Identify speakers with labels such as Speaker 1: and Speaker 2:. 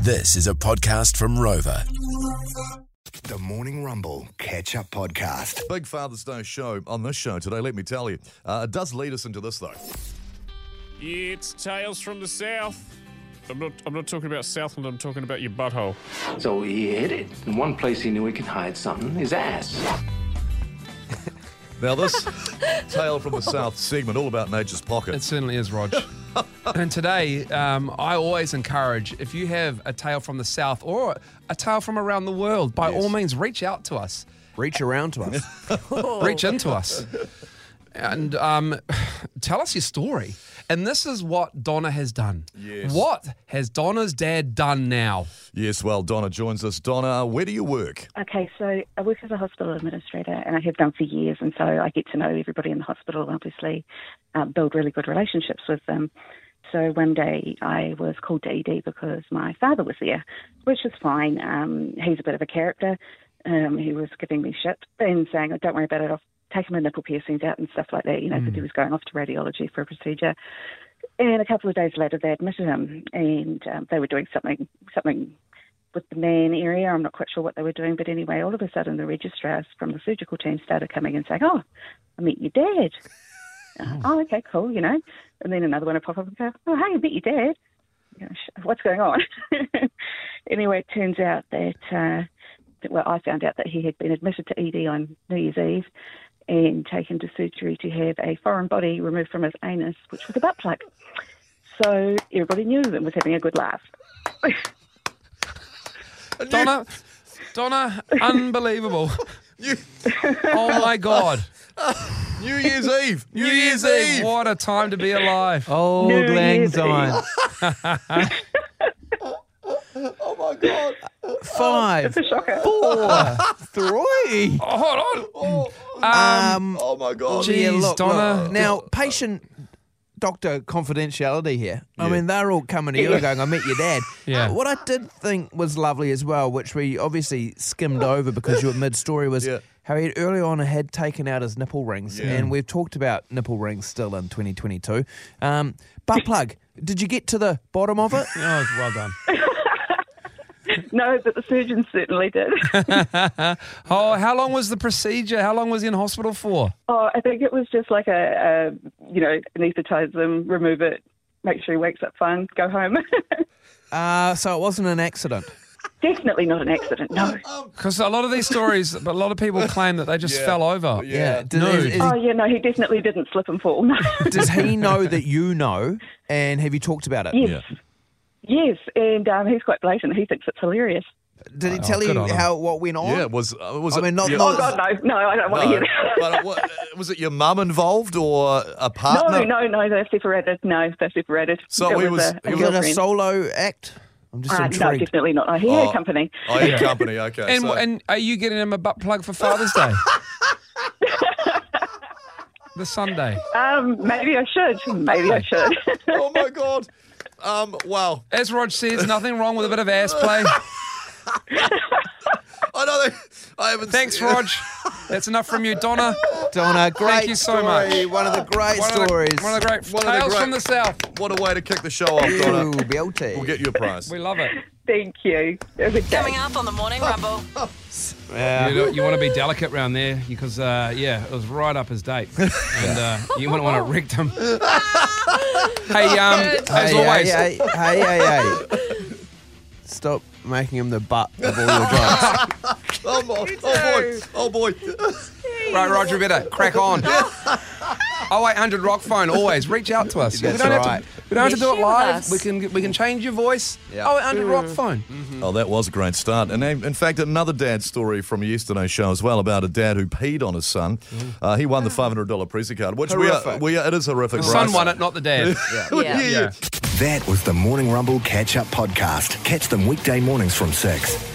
Speaker 1: This is a podcast from Rover.
Speaker 2: The Morning Rumble Catch Up Podcast.
Speaker 3: Big Father's Day show on this show today, let me tell you. Uh, it does lead us into this, though.
Speaker 4: Yeah, it's Tales from the South. I'm not, I'm not talking about Southland, I'm talking about your butthole.
Speaker 5: So he hid it. And one place he knew he could hide something, his ass.
Speaker 3: Now, this Tale from the South segment, all about Nature's Pocket.
Speaker 6: It certainly is, Rog. and today, um, I always encourage if you have a tale from the South or a tale from around the world, by all means, reach out to us,
Speaker 7: reach around to us.
Speaker 6: reach into us, and um, tell us your story. And this is what Donna has done.
Speaker 3: Yes.
Speaker 6: What has Donna's dad done now?
Speaker 3: yes, well, Donna joins us. Donna, where do you work?
Speaker 8: Okay, so I work as a hospital administrator, and I have done for years, and so I get to know everybody in the hospital. Obviously, uh, build really good relationships with them. So one day I was called to ED because my father was there, which was fine. Um, he's a bit of a character. Um, he was giving me shit and saying, oh, "Don't worry about it. I'll take my nipple piercings out and stuff like that." You know, because he was going off to radiology for a procedure. And a couple of days later, they admitted him, and um, they were doing something something with the man area. I'm not quite sure what they were doing, but anyway, all of a sudden the registrars from the surgical team started coming and saying, "Oh, I met your dad." Uh, oh, okay, cool, you know. And then another one would pop up and go, "Oh, hey, I met your dad." You know, "Sh- What's going on? anyway, it turns out that uh, that- well, I found out that he had been admitted to ED on New Year's Eve and taken to surgery to have a foreign body removed from his anus, which was a butt plug. So everybody knew and was having a good laugh.
Speaker 6: Donna, Donna, unbelievable. oh my God.
Speaker 3: New Year's Eve! New, Year's, Eve!
Speaker 6: What a time to be alive.
Speaker 7: Old
Speaker 8: New
Speaker 7: Lang
Speaker 8: Year's
Speaker 7: Syne.
Speaker 3: Oh, my God.
Speaker 7: Five,
Speaker 8: It's a shocker.
Speaker 7: four, three.
Speaker 6: Oh, hold on.
Speaker 7: Um,
Speaker 3: Oh, my God.
Speaker 7: gee,
Speaker 6: geez,
Speaker 7: look,
Speaker 6: Donna.
Speaker 7: look. Now, patient doctor confidentiality here. I mean, they're all coming to you and going, I met your dad.
Speaker 6: Yeah.
Speaker 7: What I did think was lovely as well, which we obviously skimmed over because you were mid story, was.
Speaker 3: Yeah.
Speaker 7: How he early on had taken out his nipple rings,
Speaker 3: Yeah.
Speaker 7: and we've talked about nipple rings still in 2022. Um, butt plug, did you get to the bottom of it?
Speaker 6: Oh, well done.
Speaker 8: No, but the surgeon certainly did.
Speaker 6: Oh, how long was the procedure? How long was he in hospital for?
Speaker 8: oh, I think it was just like a, a you know, anaesthetise them, remove it, make sure he wakes up fine, go home.
Speaker 7: Uh, so it wasn't an accident.
Speaker 8: Definitely not an accident. No.
Speaker 3: Oh.
Speaker 6: Because a lot of these stories, but a lot of people claim that they just
Speaker 3: Yeah.
Speaker 6: fell over.
Speaker 3: Yeah.
Speaker 7: Did-
Speaker 6: No.
Speaker 7: is- is-
Speaker 8: Oh yeah, no, he definitely didn't slip and fall. No.
Speaker 7: Does he know that you know? And have you talked about it?
Speaker 8: yes.
Speaker 3: Yeah.
Speaker 8: Yes, and um, he's quite blatant. He thinks it's hilarious.
Speaker 7: Did he tell
Speaker 6: Oh, good
Speaker 7: you
Speaker 6: on him.
Speaker 7: how what went on?
Speaker 3: Yeah, was, uh, was
Speaker 7: I
Speaker 3: it...
Speaker 7: mean, not-
Speaker 3: yeah,
Speaker 7: not-
Speaker 8: Oh God, no, no, I don't want to hear
Speaker 3: no, but it
Speaker 8: that.
Speaker 3: wa- was it your mum involved or a
Speaker 8: No,
Speaker 3: partner?
Speaker 8: no, no, they're separated. No, they're separated.
Speaker 3: Uh, So
Speaker 8: it
Speaker 3: he
Speaker 8: was,
Speaker 3: was- he
Speaker 8: a, a
Speaker 7: Was it a
Speaker 8: girlfriend.
Speaker 7: solo act? I'm
Speaker 6: Ah,
Speaker 7: just
Speaker 8: Uh, no,
Speaker 7: intrigued.
Speaker 8: definitely not. I hear
Speaker 3: Oh.
Speaker 8: company.
Speaker 3: I had company, okay.
Speaker 6: And,
Speaker 3: so-
Speaker 6: and are you getting him a butt plug for Father's Day? the Sunday.
Speaker 8: Um, maybe I should. Maybe I should.
Speaker 3: oh, my God. Um, wow.
Speaker 6: As Rog says, nothing wrong with a bit of ass play.
Speaker 3: I know that I haven't.
Speaker 6: Thanks,
Speaker 3: seen-
Speaker 6: Rog. That's enough from you, Donna.
Speaker 7: Donna, great
Speaker 6: you so
Speaker 7: story.
Speaker 6: much.
Speaker 7: One of the great
Speaker 6: One of the-
Speaker 7: stories.
Speaker 6: one of the great
Speaker 3: One of the
Speaker 6: tales
Speaker 3: great-
Speaker 6: from the South.
Speaker 3: What a way to kick the show off, Donna.
Speaker 7: Ooh, beauty.
Speaker 3: We'll get you a prize.
Speaker 6: We love it.
Speaker 8: Thank you. It was a good day.
Speaker 9: Coming up on the Morning Rumble.
Speaker 6: You, don't- you want to be delicate around there because, uh, yeah, it was right up his date, and uh, you wouldn't want to wreck him. hey, um, as
Speaker 7: hey,
Speaker 6: always,
Speaker 7: hey, hey, hey, hey, hey. Stop making him the butt of all your jokes.
Speaker 3: Oh, my, oh boy! Oh boy!
Speaker 6: right, Roger, we better crack on. 0800 Rock Phone, always reach out to us.
Speaker 7: That's
Speaker 6: we don't have
Speaker 7: right.
Speaker 6: to, we don't have to do
Speaker 9: Yes,
Speaker 6: it
Speaker 9: share with
Speaker 6: live.
Speaker 9: us.
Speaker 6: We can we can change your voice.
Speaker 7: Yeah.
Speaker 6: 0800 Rock Phone.
Speaker 3: Oh, that was a great start. And in in fact, another dad story from yesterday's show as well about a dad who peed on his son. Uh, he won the five hundred dollar prezi card, which
Speaker 7: Horrific.
Speaker 3: we are. We are. It is horrific.
Speaker 6: The
Speaker 3: right?
Speaker 6: son won it, not the dad.
Speaker 3: yeah.
Speaker 9: Yeah.
Speaker 3: yeah.
Speaker 2: That was the Morning Rumble Catch Up Podcast. Catch them weekday mornings from 6.